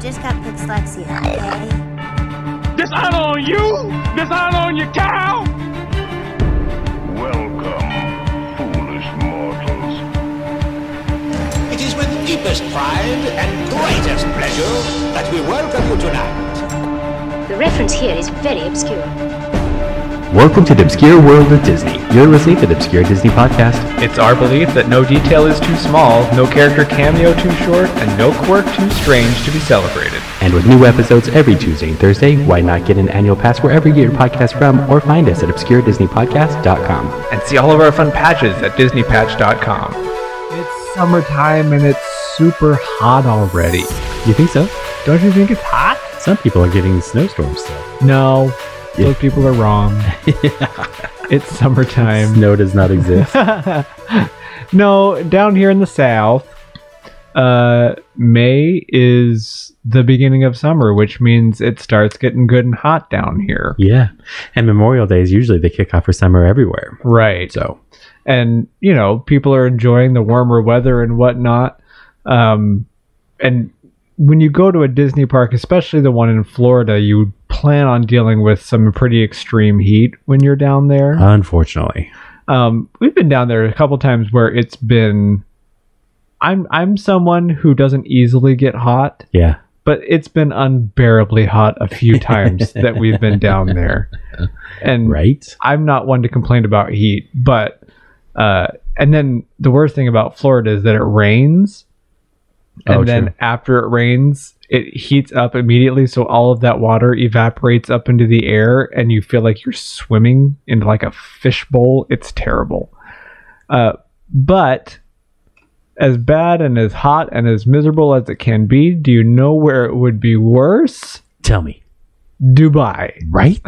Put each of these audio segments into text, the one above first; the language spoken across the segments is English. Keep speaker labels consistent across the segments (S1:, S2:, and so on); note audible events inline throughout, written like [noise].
S1: just got dyslexia, okay?
S2: Dishonor on you? Dishonor on your cow?
S3: Welcome, foolish mortals.
S4: It is with deepest pride and greatest pleasure that we welcome you tonight.
S1: The reference here is very obscure.
S5: Welcome to the obscure world of Disney. You're listening to the Obscure Disney Podcast.
S6: It's our belief that no detail is too small, no character cameo too short, and no quirk too strange to be celebrated.
S5: And with new episodes every Tuesday and Thursday, why not get an annual pass wherever you get your podcast from or find us at obscuredisneypodcast.com.
S6: And see all of our fun patches at DisneyPatch.com.
S7: It's summertime and it's super hot already.
S5: You think so?
S7: Don't you think it's hot?
S5: Some people are getting snowstorms still.
S7: No,
S5: Yeah.
S7: those people are [laughs] wrong. It's summertime.
S5: Snow does not
S7: [laughs]
S5: exist.
S7: No, down here in the south, uh, May is the beginning of summer, which means it starts getting good and hot down here.
S5: yeah. And Memorial Day is usually the kickoff for summer everywhere.
S7: Right.
S5: So,
S7: and you know people are enjoying the warmer weather and whatnot um, and when you go to a disney park especially the one in florida you plan on dealing with some pretty extreme heat when you're down there
S5: unfortunately,
S7: um, we've been down there a couple times where it's been i'm i'm someone who doesn't easily get hot
S5: yeah.
S7: but it's been unbearably hot a few times that we've been down there and
S5: Right?
S7: I'm not one to complain about heat, but uh, and then the worst thing about Florida is that it rains, and
S5: Oh,
S7: then
S5: true.
S7: after it rains, it heats up immediately, so all of that water evaporates up into the air, and you feel like you're swimming in like a fishbowl. It's terrible, uh, but. As bad and as hot and as miserable as it can be, do you know where it would be worse?
S5: Tell me.
S7: Dubai.
S5: Right?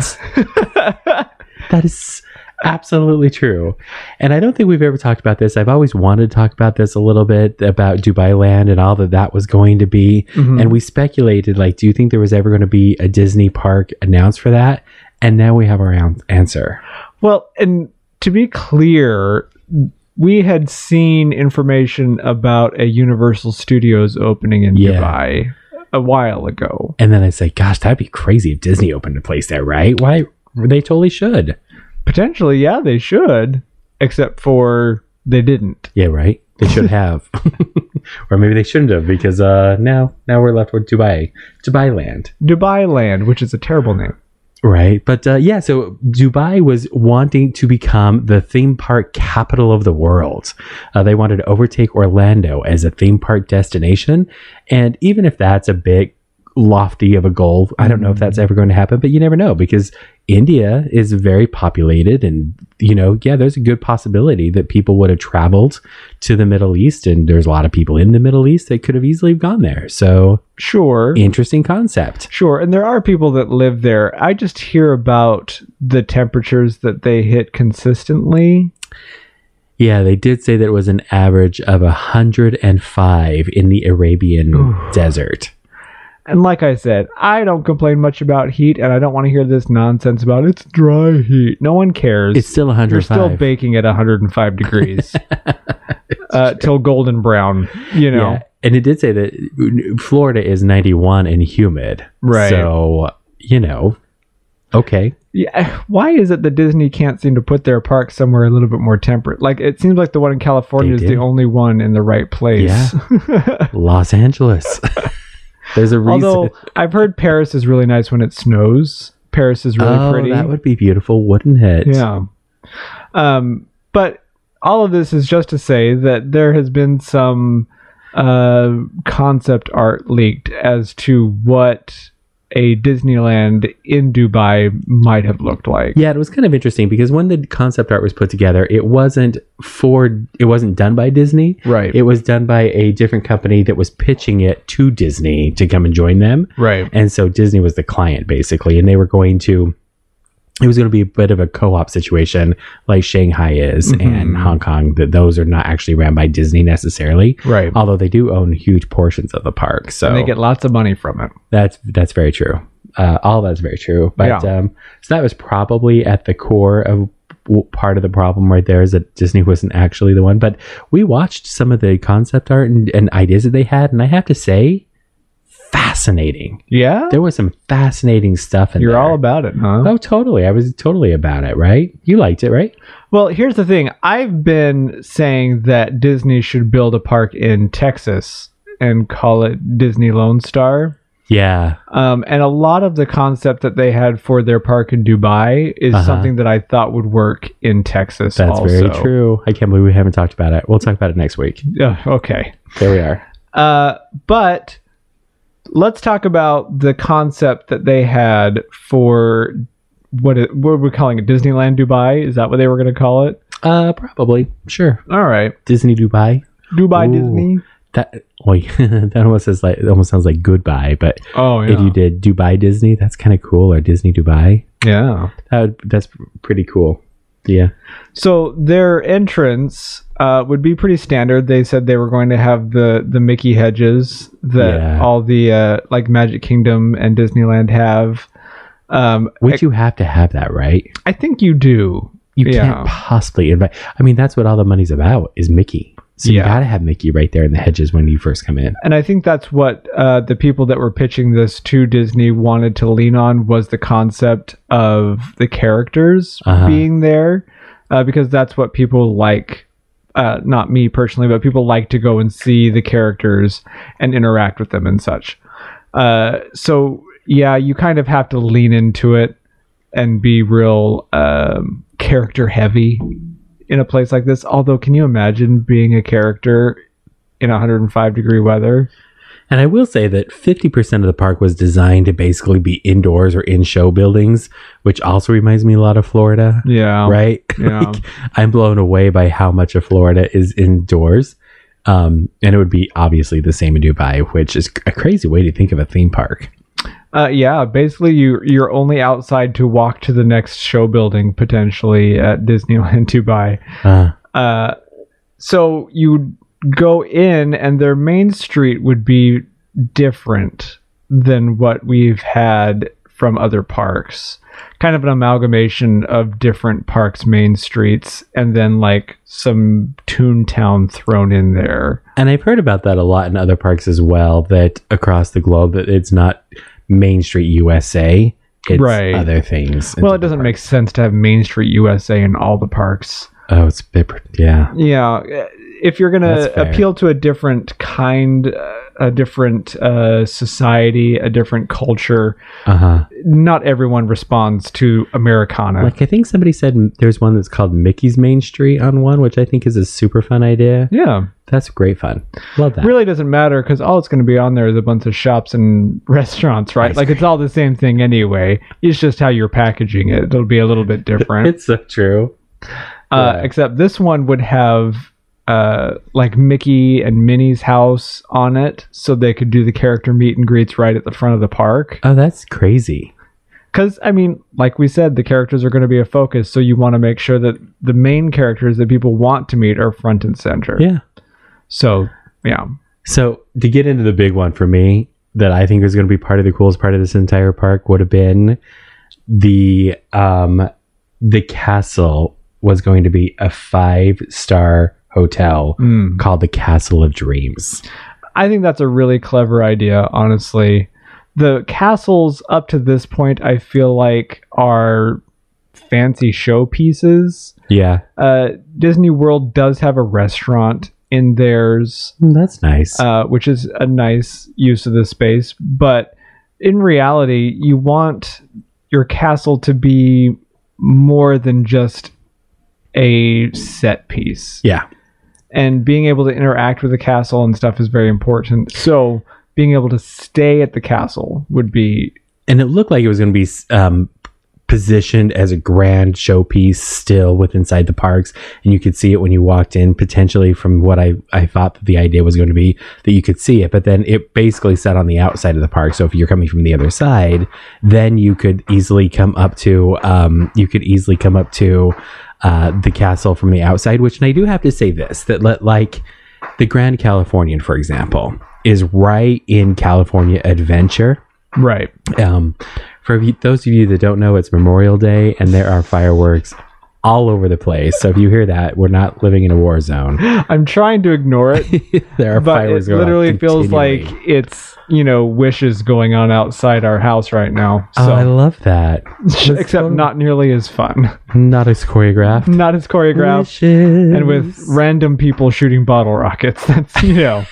S5: that is absolutely true. And I don't think we've ever talked about this. I've always wanted to talk about this a little bit about Dubai Land and all that that was going to be. And we speculated, like, do you think there was ever going to be a Disney park announced for that? And now we have our an- answer.
S7: Well, and to be clear, we had seen information about a Universal Studios opening in
S5: Yeah.
S7: Dubai a while ago.
S5: And then I say, gosh, that'd be crazy if Disney opened a place there, right? Why? They totally should.
S7: Potentially, yeah, they should, except for they didn't.
S5: Yeah, right? They should have. [laughs] or maybe they shouldn't have because uh, now now we're left with Dubai, Dubai Land.
S7: Dubai Land, which is a terrible name.
S5: Right. But uh, yeah, so Dubai was wanting to become the theme park capital of the world. Uh, they wanted to overtake Orlando as a theme park destination. And even if that's a bit lofty of a goal, I don't know if that's ever going to happen, but you never know because India is very populated. And, you know, yeah, there's a good possibility that people would have traveled to the Middle East. And there's a lot of people in the Middle East that could have easily gone there. So
S7: Sure.
S5: interesting concept.
S7: Sure, and there are people that live there. I just hear about the temperatures that they hit consistently.
S5: Yeah, they did say that it was an average of 105 in the Arabian desert.
S7: And like I said, I don't complain much about heat, and I don't want to hear this nonsense about it's dry heat. No one cares.
S5: It's still
S7: You're
S5: 105.
S7: still baking at
S5: [laughs]
S7: 105 degrees uh, till golden brown. You know,
S5: Yeah. And it did say that Florida is 91 and humid.
S7: Right.
S5: So, you know,
S7: [laughs]
S5: okay.
S7: yeah. Why is it that Disney can't seem to put their park somewhere a little bit more temperate? Like it seems like the one in California
S5: They
S7: is
S5: did.
S7: the only one in the right place. [laughs]
S5: Los Angeles. [laughs] There's a reason.
S7: Although I've heard Paris is really nice when it snows. Paris is really
S5: oh,
S7: pretty.
S5: that would be beautiful, wouldn't it?
S7: Yeah. Um, but all of this is just to say that there has been some uh, concept art leaked as to what a Disneyland in Dubai might have looked like.
S5: Yeah, it was kind of interesting because when the concept art was put together, it wasn't for it wasn't done by Disney.
S7: Right.
S5: It was done by a different company that was pitching it to Disney to come and join them.
S7: Right.
S5: And so Disney was the client basically, and they were going to it was going to be a bit of a co-op situation like Shanghai is
S7: Mm-hmm.
S5: and Hong Kong that those are not actually ran by Disney necessarily.
S7: Right.
S5: Although they do own huge portions of the park. So
S7: And they get lots of money from it.
S5: that's that's very true. Uh, all that's very true. But
S7: Yeah.
S5: um, so that was probably at the core of w- part of the problem right there is that Disney wasn't actually the one. But we watched some of the concept art and, and ideas that they had, and I have to say, fascinating.
S7: Yeah,
S5: There was some fascinating stuff in
S7: you're
S5: there.
S7: all about it, huh?
S5: Oh, totally. I was totally about it, right? You liked it, right?
S7: Well, here's the thing. I've been saying that Disney should build a park in Texas and call it Disney Lone Star.
S5: Yeah.
S7: Um, and a lot of the concept that they had for their park in Dubai is
S5: Uh-huh.
S7: something that I thought would work in Texas.
S5: That's
S7: also.
S5: very true. I can't believe we haven't talked about it. We'll talk about it next week.
S7: Yeah, okay.
S5: There we are.
S7: Uh, but let's talk about the concept that they had for what it, what are we calling it? Disneyland Dubai? Is that what they were going to call it?
S5: Uh, probably. Sure.
S7: All right,
S5: Disney Dubai.
S7: Dubai
S5: Ooh.
S7: Disney.
S5: That well, [laughs] that almost is like it almost sounds like goodbye. But
S7: Oh yeah,
S5: if you did Dubai Disney, that's kind of cool. Or Disney Dubai.
S7: yeah.
S5: That would, that's pretty cool. Yeah.
S7: So their entrance uh, would be pretty standard. They said they were going to have the the Mickey hedges that
S5: Yeah.
S7: all the uh, like Magic Kingdom and Disneyland have. Um,
S5: Would you have to have that, right?
S7: I think you do.
S5: You
S7: Yeah.
S5: can't possibly invite. I mean, that's what all the money's about is Mickey. So you
S7: Yeah.
S5: gotta have Mickey right there in the hedges when you first come in.
S7: And I think that's what uh, the people that were pitching this to Disney wanted to lean on was the concept of the characters
S5: Uh-huh.
S7: being there, uh, because that's what people like. Uh, not me personally, but people like to go and see the characters and interact with them and such. Uh, so yeah, you kind of have to lean into it and be real um, character heavy in a place like this. Although, can you imagine being a character in 105 degree weather.
S5: And I will say that 50% of the park was designed to basically be indoors or in show buildings, which also reminds me a lot of Florida,
S7: Yeah.
S5: right? [laughs]
S7: Yeah.
S5: Like, I'm blown away by how much of Florida is indoors. Um, and it would be obviously the same in Dubai, which is a crazy way to think of a theme park.
S7: Uh, yeah. Basically, you you're only outside to walk to the next show building potentially at Disneyland [laughs] Dubai.
S5: Uh,
S7: Uh, so you go in, and their main street would be different than what we've had from other parks. Kind of an amalgamation of different parks' main streets, and then like some Toontown thrown in there.
S5: and I've heard about that a lot in other parks as well, that across the globe, that it's not Main Street USA, it's
S7: Right.
S5: other things.
S7: Well, it doesn't make sense to have Main Street USA in all the parks.
S5: Oh, it's a bit, yeah.
S7: Yeah, uh, if you're gonna
S5: That's fair.
S7: appeal to a different kind, uh, a different uh, society, a different culture,
S5: Uh huh.
S7: not everyone responds to Americana.
S5: Like I think somebody said m- there's one that's called Mickey's Main Street on one, which I think is a super fun idea.
S7: yeah,
S5: That's great fun. Love that.
S7: really doesn't matter because all it's going to be on there is a bunch of shops and [laughs] restaurants, right?
S5: Ice
S7: like it's all the same thing anyway. It's just how you're packaging it. It'll be a little bit different.
S5: It's so true.
S7: Uh
S5: Yeah.
S7: except this one would have uh, like Mickey and Minnie's house on it, so they could do the character meet and greets right at the front of the park.
S5: Oh, that's crazy.
S7: Because I mean, like we said, the characters are going to be a focus, so you want to make sure that the main characters that people want to meet are front and center.
S5: Yeah.
S7: So yeah,
S5: So to get into the big one for me that I think is going to be part of the coolest part of this entire park would have been the um the castle was going to be a five star hotel
S7: Mm.
S5: called the Castle of Dreams.
S7: I think that's a really clever idea, honestly. The castles up to this point, I feel like are fancy showpieces.
S5: Yeah,
S7: uh, Disney World does have a restaurant in theirs,
S5: Mm, that's nice.
S7: uh, which is a nice use of the space. But in reality, you want your castle to be more than just a set piece.
S5: yeah.
S7: And being able to interact with the castle and stuff is very important. So being able to stay at the castle would be
S5: and it looked like it was going to be um, positioned as a grand showpiece still with inside the parks and you could see it when you walked in potentially from what I, I thought that the idea was going to be that you could see it but then it basically sat on the outside of the park so if you're coming from the other side then you could easily come up to um, you could easily come up to uh, the castle from the outside which and I do have to say this that let like the Grand Californian for example is right in California Adventure
S7: right.
S5: um, for you- those of you that don't know, it's Memorial Day, and there are fireworks all over the place. So if you hear that, we're not living in a war
S7: [laughs]
S5: zone.
S7: I'm trying to ignore it,
S5: [laughs] There are
S7: but it
S5: fires going
S7: literally
S5: on
S7: feels
S5: continually.
S7: like it's you know wishes going on outside our house right now.
S5: Oh, I
S7: So
S5: love that.
S7: [laughs] except not nearly as fun,
S5: Not as choreographed.
S7: not as choreographed, and with
S5: Wishes.
S7: random people shooting bottle rockets. [laughs] That's you know.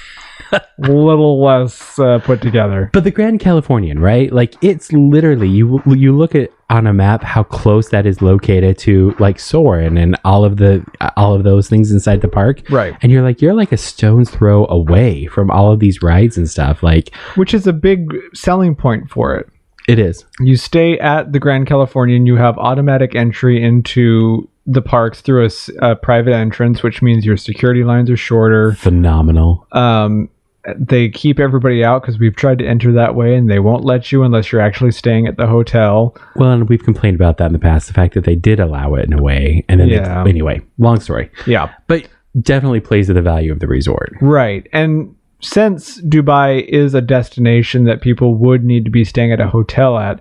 S7: a little less uh, put together.
S5: But the Grand Californian, right? Like it's literally you. You look at on a map how close that is located to like Soren and all of the all of those things inside the park,
S7: Right.
S5: And you're like you're like a stone's throw away from all of these rides and stuff. Like
S7: Which is a big selling point for it.
S5: it is
S7: You stay at the Grand Californian, you have automatic entry into the parks through a, s- a private entrance, which means your security lines are shorter.
S5: phenomenal.
S7: Um, they keep everybody out because we've tried to enter that way and they won't let you unless you're actually staying at the hotel.
S5: Well, and we've complained about that in the past. The fact that they did allow it in a way, and then they-
S7: Yeah.
S5: anyway, long story,
S7: Yeah.
S5: but definitely plays to the value of the resort.
S7: Right. And since Dubai is a destination that people would need to be staying at a hotel at,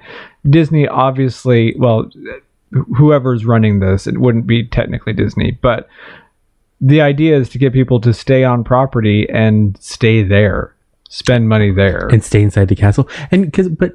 S7: Disney obviously, well, wh- whoever's running this, it wouldn't be technically Disney, but the idea is to get people to stay on property and stay there, spend money there.
S5: and stay inside the castle and because but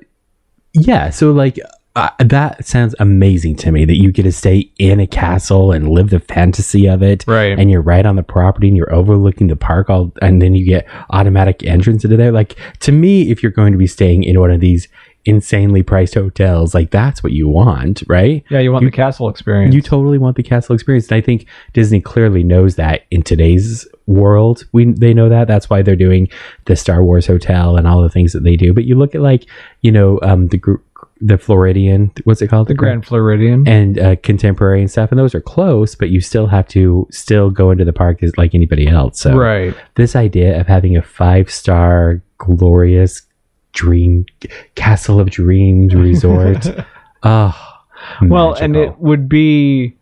S5: yeah so like uh, that sounds amazing to me that you get to stay in a castle and live the fantasy of it
S7: Right.
S5: and you're right on the property and you're overlooking the park all and then you get automatic entrance into there like to me if you're going to be staying in one of these insanely priced hotels like that's what you want right
S7: yeah, you want the castle experience.
S5: you totally want the castle experience, and I think Disney clearly knows that in today's world, we they know that. That's why they're doing the Star Wars hotel and all the things that they do. But you look at like you know um, the gr- the Floridian, what's it called,
S7: the Grand Floridian.
S5: and uh, contemporary and stuff, and those are close, but you still have to still go into the park as like anybody else. So
S7: right.
S5: this idea of having a five star glorious dream castle of
S7: [laughs]
S5: dreams resort, ah.
S7: Well, and
S5: magical.
S7: it would be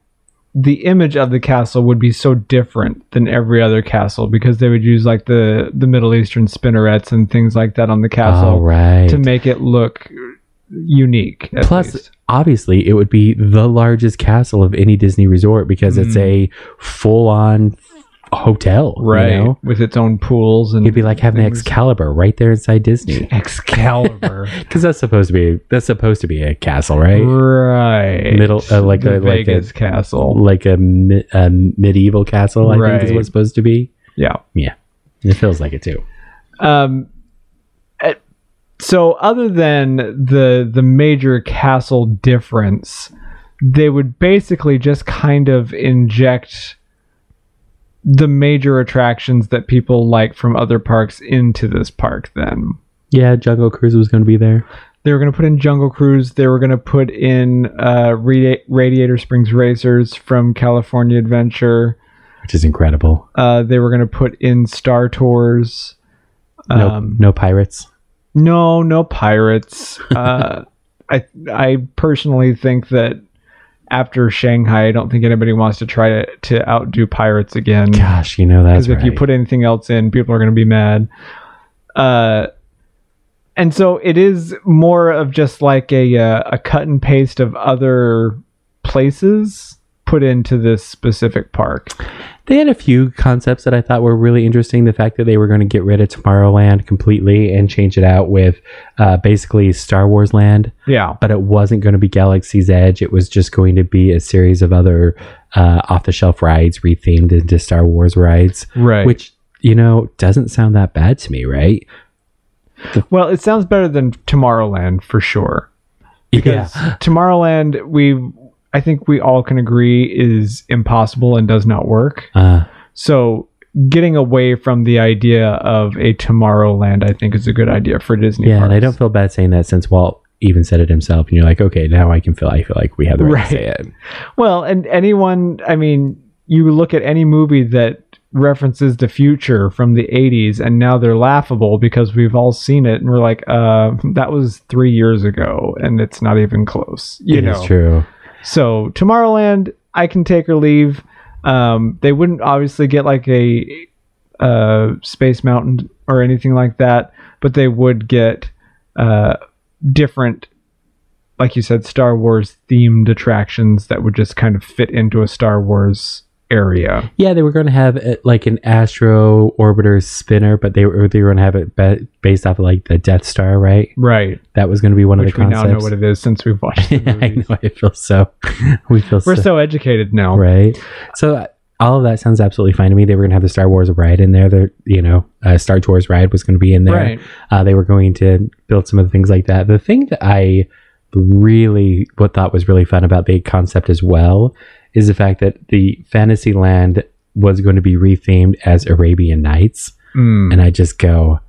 S7: the image of the castle would be so different than every other castle because they would use like the the Middle Eastern spinnerets and things like that on the
S5: All
S7: castle
S5: Oh, right.
S7: to make it look unique. at
S5: Plus,
S7: least.
S5: obviously, it would be the largest castle of any Disney resort because
S7: Hmm.
S5: it's a full-on hotel,
S7: right,
S5: You know?
S7: with its own pools and
S5: It'd be like having
S7: things.
S5: Excalibur right there inside
S7: [laughs]
S5: Disney,
S7: Excalibur,
S5: because that's supposed to be that's supposed to be a castle, right?
S7: right?
S5: Middle- uh, like a-
S7: the
S5: like a-
S7: Vegas castle.
S5: Like a, mi- a medieval castle, I think is
S7: Right.
S5: what it's supposed to be.
S7: Yeah.
S5: Yeah, it feels like it too.
S7: Um, uh, so other than the the major castle difference, they would basically just kind of inject the major attractions that people like from other parks into this park. Then
S5: Yeah, Jungle Cruise was going to be there.
S7: they were going to put in Jungle Cruise. They were going to put in uh, Radi- Radiator Springs Racers from California Adventure.
S5: Which is incredible.
S7: Uh, they were going to put in Star Tours.
S5: No,
S7: Um,
S5: no pirates.
S7: No, no pirates.
S5: [laughs]
S7: Uh, I I personally think that after Shanghai, I don't think anybody wants to try to, to outdo pirates again. Because
S5: Gosh, you know that's
S7: if you
S5: right.
S7: put anything else in, people are going to be mad. Uh, and so it is more of just like a uh, a cut and paste of other places put into this specific park.
S5: They had a few concepts that I thought were really interesting. The fact that they were going to get rid of Tomorrowland completely and change it out with uh, basically Star Wars Land,
S7: Yeah.
S5: but it wasn't going to be Galaxy's Edge. It was just going to be a series of other uh, off the shelf rides rethemed into Star Wars rides,
S7: Right.
S5: which, you know, doesn't sound that bad to me, right?
S7: well, it sounds better than Tomorrowland for sure. because Tomorrowland, we I think we all can agree is impossible and does not work.
S5: Uh,
S7: So getting away from the idea of a Tomorrowland, I think, is a good idea for Disney.
S5: yeah, and I
S7: parks.
S5: don't feel bad saying that since Walt even said it himself. And you're like, okay, now I can feel, I feel like we have the right, to say it.
S7: Well, and anyone, I mean, you look at any movie that references the future from the 80s and now they're laughable because we've all seen it and we're like uh that was three years ago and it's not even close you
S5: It
S7: know
S5: is true.
S7: So Tomorrowland, I can take or leave. Um, they wouldn't obviously get like a uh, Space Mountain or anything like that, but they would get uh, different like you said, Star Wars themed attractions that would just kind of fit into a Star Wars area.
S5: Yeah, they were going to have it like an astro orbiter spinner, but they were they were going to have it be- based off of like the Death Star, right?
S7: Right.
S5: That was going to be one
S7: Which
S5: of the
S7: we now
S5: concepts.
S7: know what it is since
S5: [laughs]
S7: we've watched the
S5: yeah, I
S7: movies.
S5: know. I feel so. [laughs] we feel
S7: We're
S5: so,
S7: so educated now.
S5: right. So uh, all of that sounds absolutely fine to me. They were going to have the Star Wars ride in there. The you know uh, Star Tours ride was going to be in there.
S7: Right.
S5: Uh, they were going to build some of the things like that. The thing that I really what thought was really fun about the concept as well is the fact that the Fantasyland was going to be rethemed as Arabian Nights,
S7: Mm.
S5: and I just go,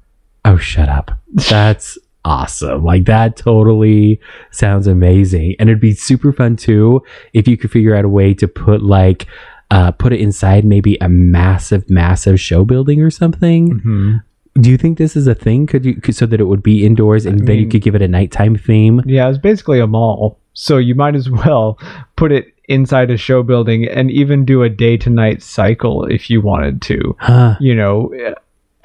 S5: "Oh, shut up! That's awesome! Like that totally sounds amazing, and it'd be super fun too if you could figure out a way to put like." Uh, put it inside maybe a massive, massive show building or something.
S7: Mhm.
S5: Do you think this is a thing? Could you could, so that it would be indoors and then you
S7: mean-
S5: could give it a nighttime theme?
S7: Yeah, it's basically a mall. So you might as well put it inside a show building and even do a day to night cycle if you wanted to.
S5: Huh.
S7: you know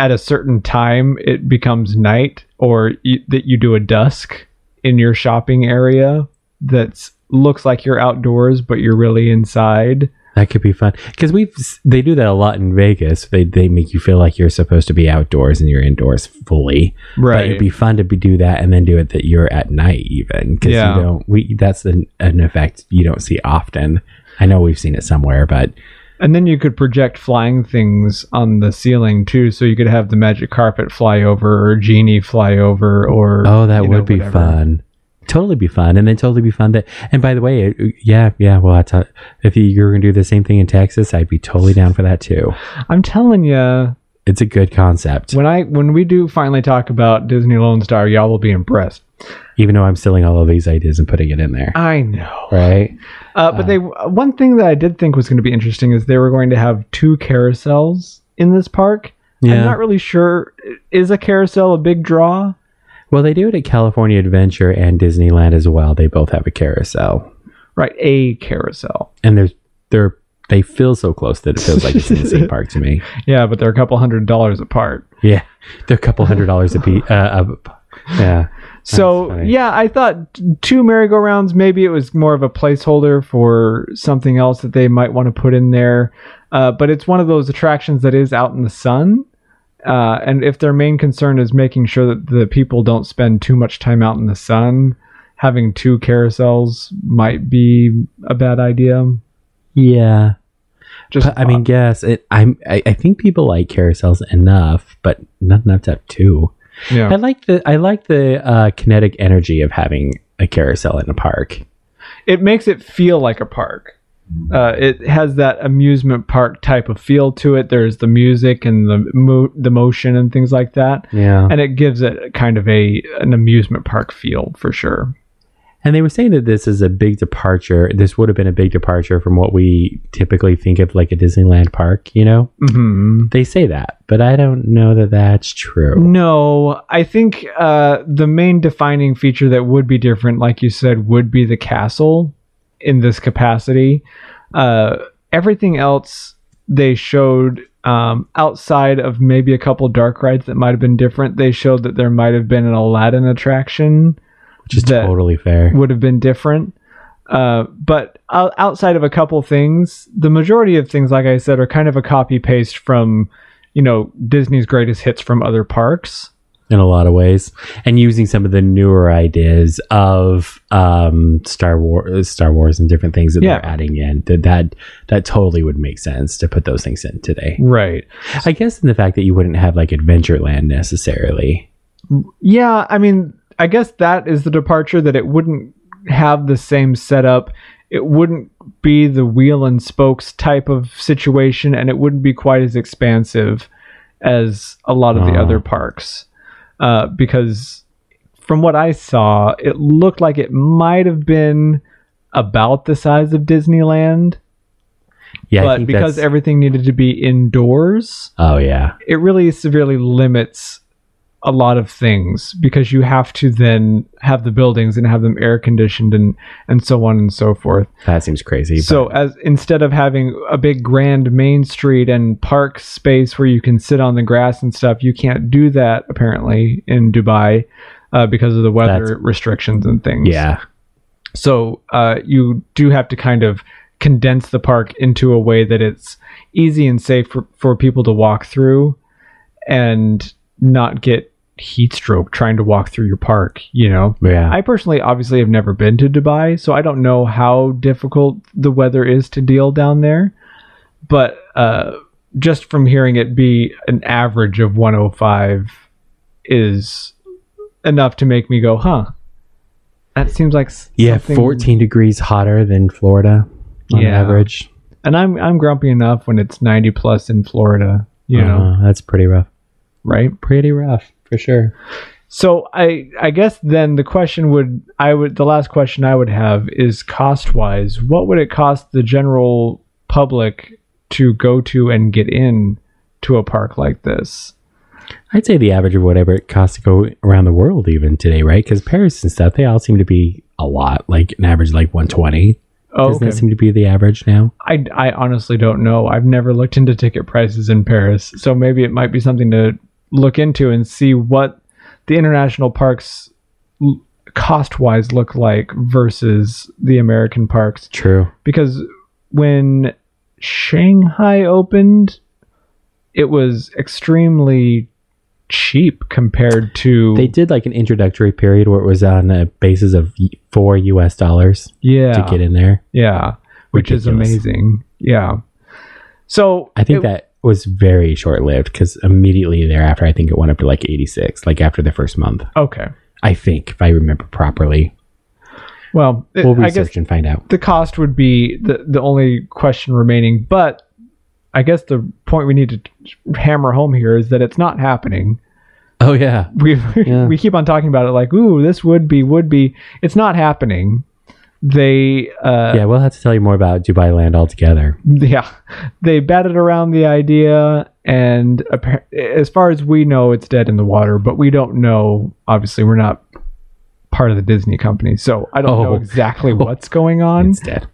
S7: at a certain time it becomes night or you, that you do a dusk in your shopping area that's looks like you're outdoors but you're really inside
S5: That could be fun because we've s- they do that a lot in Vegas. They they make you feel like you're supposed to be outdoors and you're indoors fully. But it'd be fun to be, do that and then do it that you're at night even because
S7: Yeah.
S5: you don't. We that's an, an effect you don't see often. I know we've seen it somewhere, but
S7: and then you could project flying things on the ceiling too so you could have the magic carpet fly over or genie fly over or
S5: oh, that
S7: you
S5: would
S7: know,
S5: be
S7: whatever.
S5: fun. Totally be fun, and then totally be fun. That and by the way, it- yeah, yeah. Well, I thought if you- you're gonna do the same thing in Texas, I'd be totally down for that too.
S7: i'm telling you
S5: It's a good concept,
S7: when i when we do finally talk about disney lone star y'all will be impressed
S5: even though I'm stealing all of these ideas and putting it in there.
S7: i know
S5: Right?
S7: Uh, but they one thing that I did think was going to be interesting is they were going to have two carousels in this park. I'm
S5: Yeah.
S7: not really sure. Is a carousel a big draw?
S5: well, they do it at California Adventure and Disneyland as well. They both have a carousel,
S7: Right, a carousel.
S5: and there's they're they feel so close that it feels like it's in the
S7: [laughs]
S5: same park to me.
S7: Yeah, but they're a couple hundred dollars apart.
S5: Yeah, they're a couple hundred
S7: [laughs]
S5: dollars a piece. Uh, a- yeah,
S7: So
S5: funny.
S7: yeah, I thought t- two merry-go-rounds. Maybe it was more of a placeholder for something else that they might want to put in there. Uh, but it's one of those attractions that is out in the sun. Uh, and if their main concern is making sure that the people don't spend too much time out in the sun, having two carousels might be a bad idea.
S5: yeah.
S7: Just uh,
S5: But, I mean, yes, it, I'm. I, I think people like carousels enough, but not enough to have two.
S7: yeah.
S5: I like the I like the uh, kinetic energy of having a carousel in a park.
S7: it makes it feel like a park. Uh, it has that amusement park type of feel to it. There's the music and the mo- the motion and things like that,
S5: Yeah.
S7: and it gives it kind of a an amusement park feel for sure.
S5: And they were saying that this is a big departure. This would have been a big departure from what we typically think of like a Disneyland park, you know?
S7: hmm
S5: They say that, but I don't know that that's true.
S7: No, I think uh, the main defining feature that would be different, like you said, would be the castle in this capacity. Uh, everything else they showed um, outside of maybe a couple dark rides that might have been different, they showed that there might have been an Aladdin attraction
S5: Which is
S7: that-
S5: totally fair.
S7: would have been different. Uh, but o- outside of a couple things, the majority of things, like I said, are kind of a copy paste from, you know, Disney's greatest hits from other parks.
S5: in a lot of ways and using some of the newer ideas of um star wars star wars and different things that
S7: Yeah.
S5: they're adding in that, that that totally would make sense to put those things in today
S7: Right.
S5: i guess in the fact that you wouldn't have like adventureland necessarily
S7: Yeah, I mean, I guess that is the departure that it wouldn't have the same setup. It wouldn't be the wheel and spokes type of situation, and it wouldn't be quite as expansive as a lot of the
S5: Ah.
S7: other parks. Uh, because from what I saw, it looked like it might have been about the size of Disneyland,
S5: yeah I
S7: but
S5: think
S7: because
S5: that's-
S7: everything needed to be indoors,
S5: oh yeah
S7: it really severely limits a lot of things because you have to then have the buildings and have them air conditioned and and so on and so forth.
S5: that seems crazy but-
S7: So as instead of having a big grand main street and park space where you can sit on the grass and stuff, you can't do that apparently in Dubai uh, because of the weather
S5: That's-
S7: restrictions and things.
S5: Yeah.
S7: So uh, you do have to kind of condense the park into a way that it's easy and safe for, for people to walk through and not get heat stroke trying to walk through your park, you know?
S5: Yeah.
S7: I personally obviously have never been to Dubai, so I don't know how difficult the weather is to deal down there. But uh, just from hearing it be an average of 105 is enough to make me go, huh? That seems like s-
S5: yeah,
S7: something-
S5: 14 degrees hotter than Florida on
S7: Yeah.
S5: average.
S7: And I'm I'm grumpy enough when it's 90 plus in Florida, you know,
S5: Uh, that's pretty rough.
S7: right?
S5: Pretty rough for sure.
S7: So I I guess then the question would I would the last question I would have is cost wise, what would it cost the general public to go to and get in to a park like this?
S5: I'd say the average of whatever it costs to go around the world even today, right? Because Paris and stuff, they all seem to be a lot, like an average like 120.
S7: Oh,
S5: Doesn't
S7: okay.
S5: that seem to be the average now?
S7: I, I honestly don't know. I've never looked into ticket prices in Paris, so maybe it might be something to look into and see what the international parks cost wise look like versus the American parks.
S5: True.
S7: because when Shanghai opened, it was extremely cheap compared to
S5: They did like an introductory period where it was on a basis of y- four US dollars
S7: yeah
S5: to get in there.
S7: yeah, which is
S5: Ridiculous.
S7: amazing. Yeah, so
S5: I think
S7: it-
S5: that was very short lived because immediately thereafter, I think it went up to like 86, like after the first month.
S7: okay.
S5: I think, if I remember properly.
S7: Well, it-
S5: We'll
S7: I guess
S5: research and find out.
S7: the cost would be the the only question remaining. But I guess the point we need to t- hammer home here is that it's not happening.
S5: Oh, yeah.
S7: we [laughs]
S5: Yeah.
S7: we keep on talking about it like ooh this would be would be it's not happening they uh [laughs]
S5: yeah, we'll have to tell you more about Dubai Land altogether.
S7: yeah, they batted around the idea and appar- as far as we know it's dead in the water but we don't know obviously we're not part of the disney company so i don't
S5: [laughs]
S7: know
S5: Oh.
S7: exactly what's going on
S5: Instead.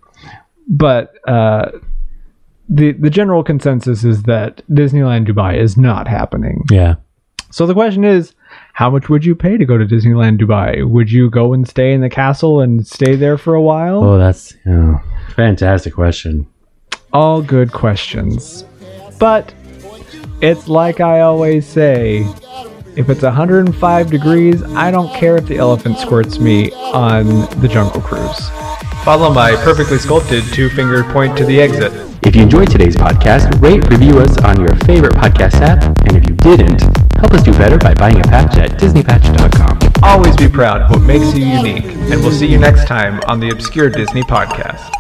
S7: but uh the the general consensus is that disneyland dubai is not happening
S5: Yeah.
S7: So the question is, how much would you pay to go to Disneyland Dubai? Would you go and stay in the castle and stay there for a while?
S5: Oh, that's oh, fantastic question.
S7: All good questions. But it's like I always say, if it's 105 degrees, I don't care if the elephant squirts me on the jungle cruise. Follow my perfectly sculpted two-finger point to the exit.
S5: If you enjoyed today's podcast, rate, review us on your favorite podcast app, and if you didn't, help us do better by buying a patch at disneypatch.com.
S7: Always be proud of what makes you unique, and we'll see you next time on the Obscure Disney Podcast.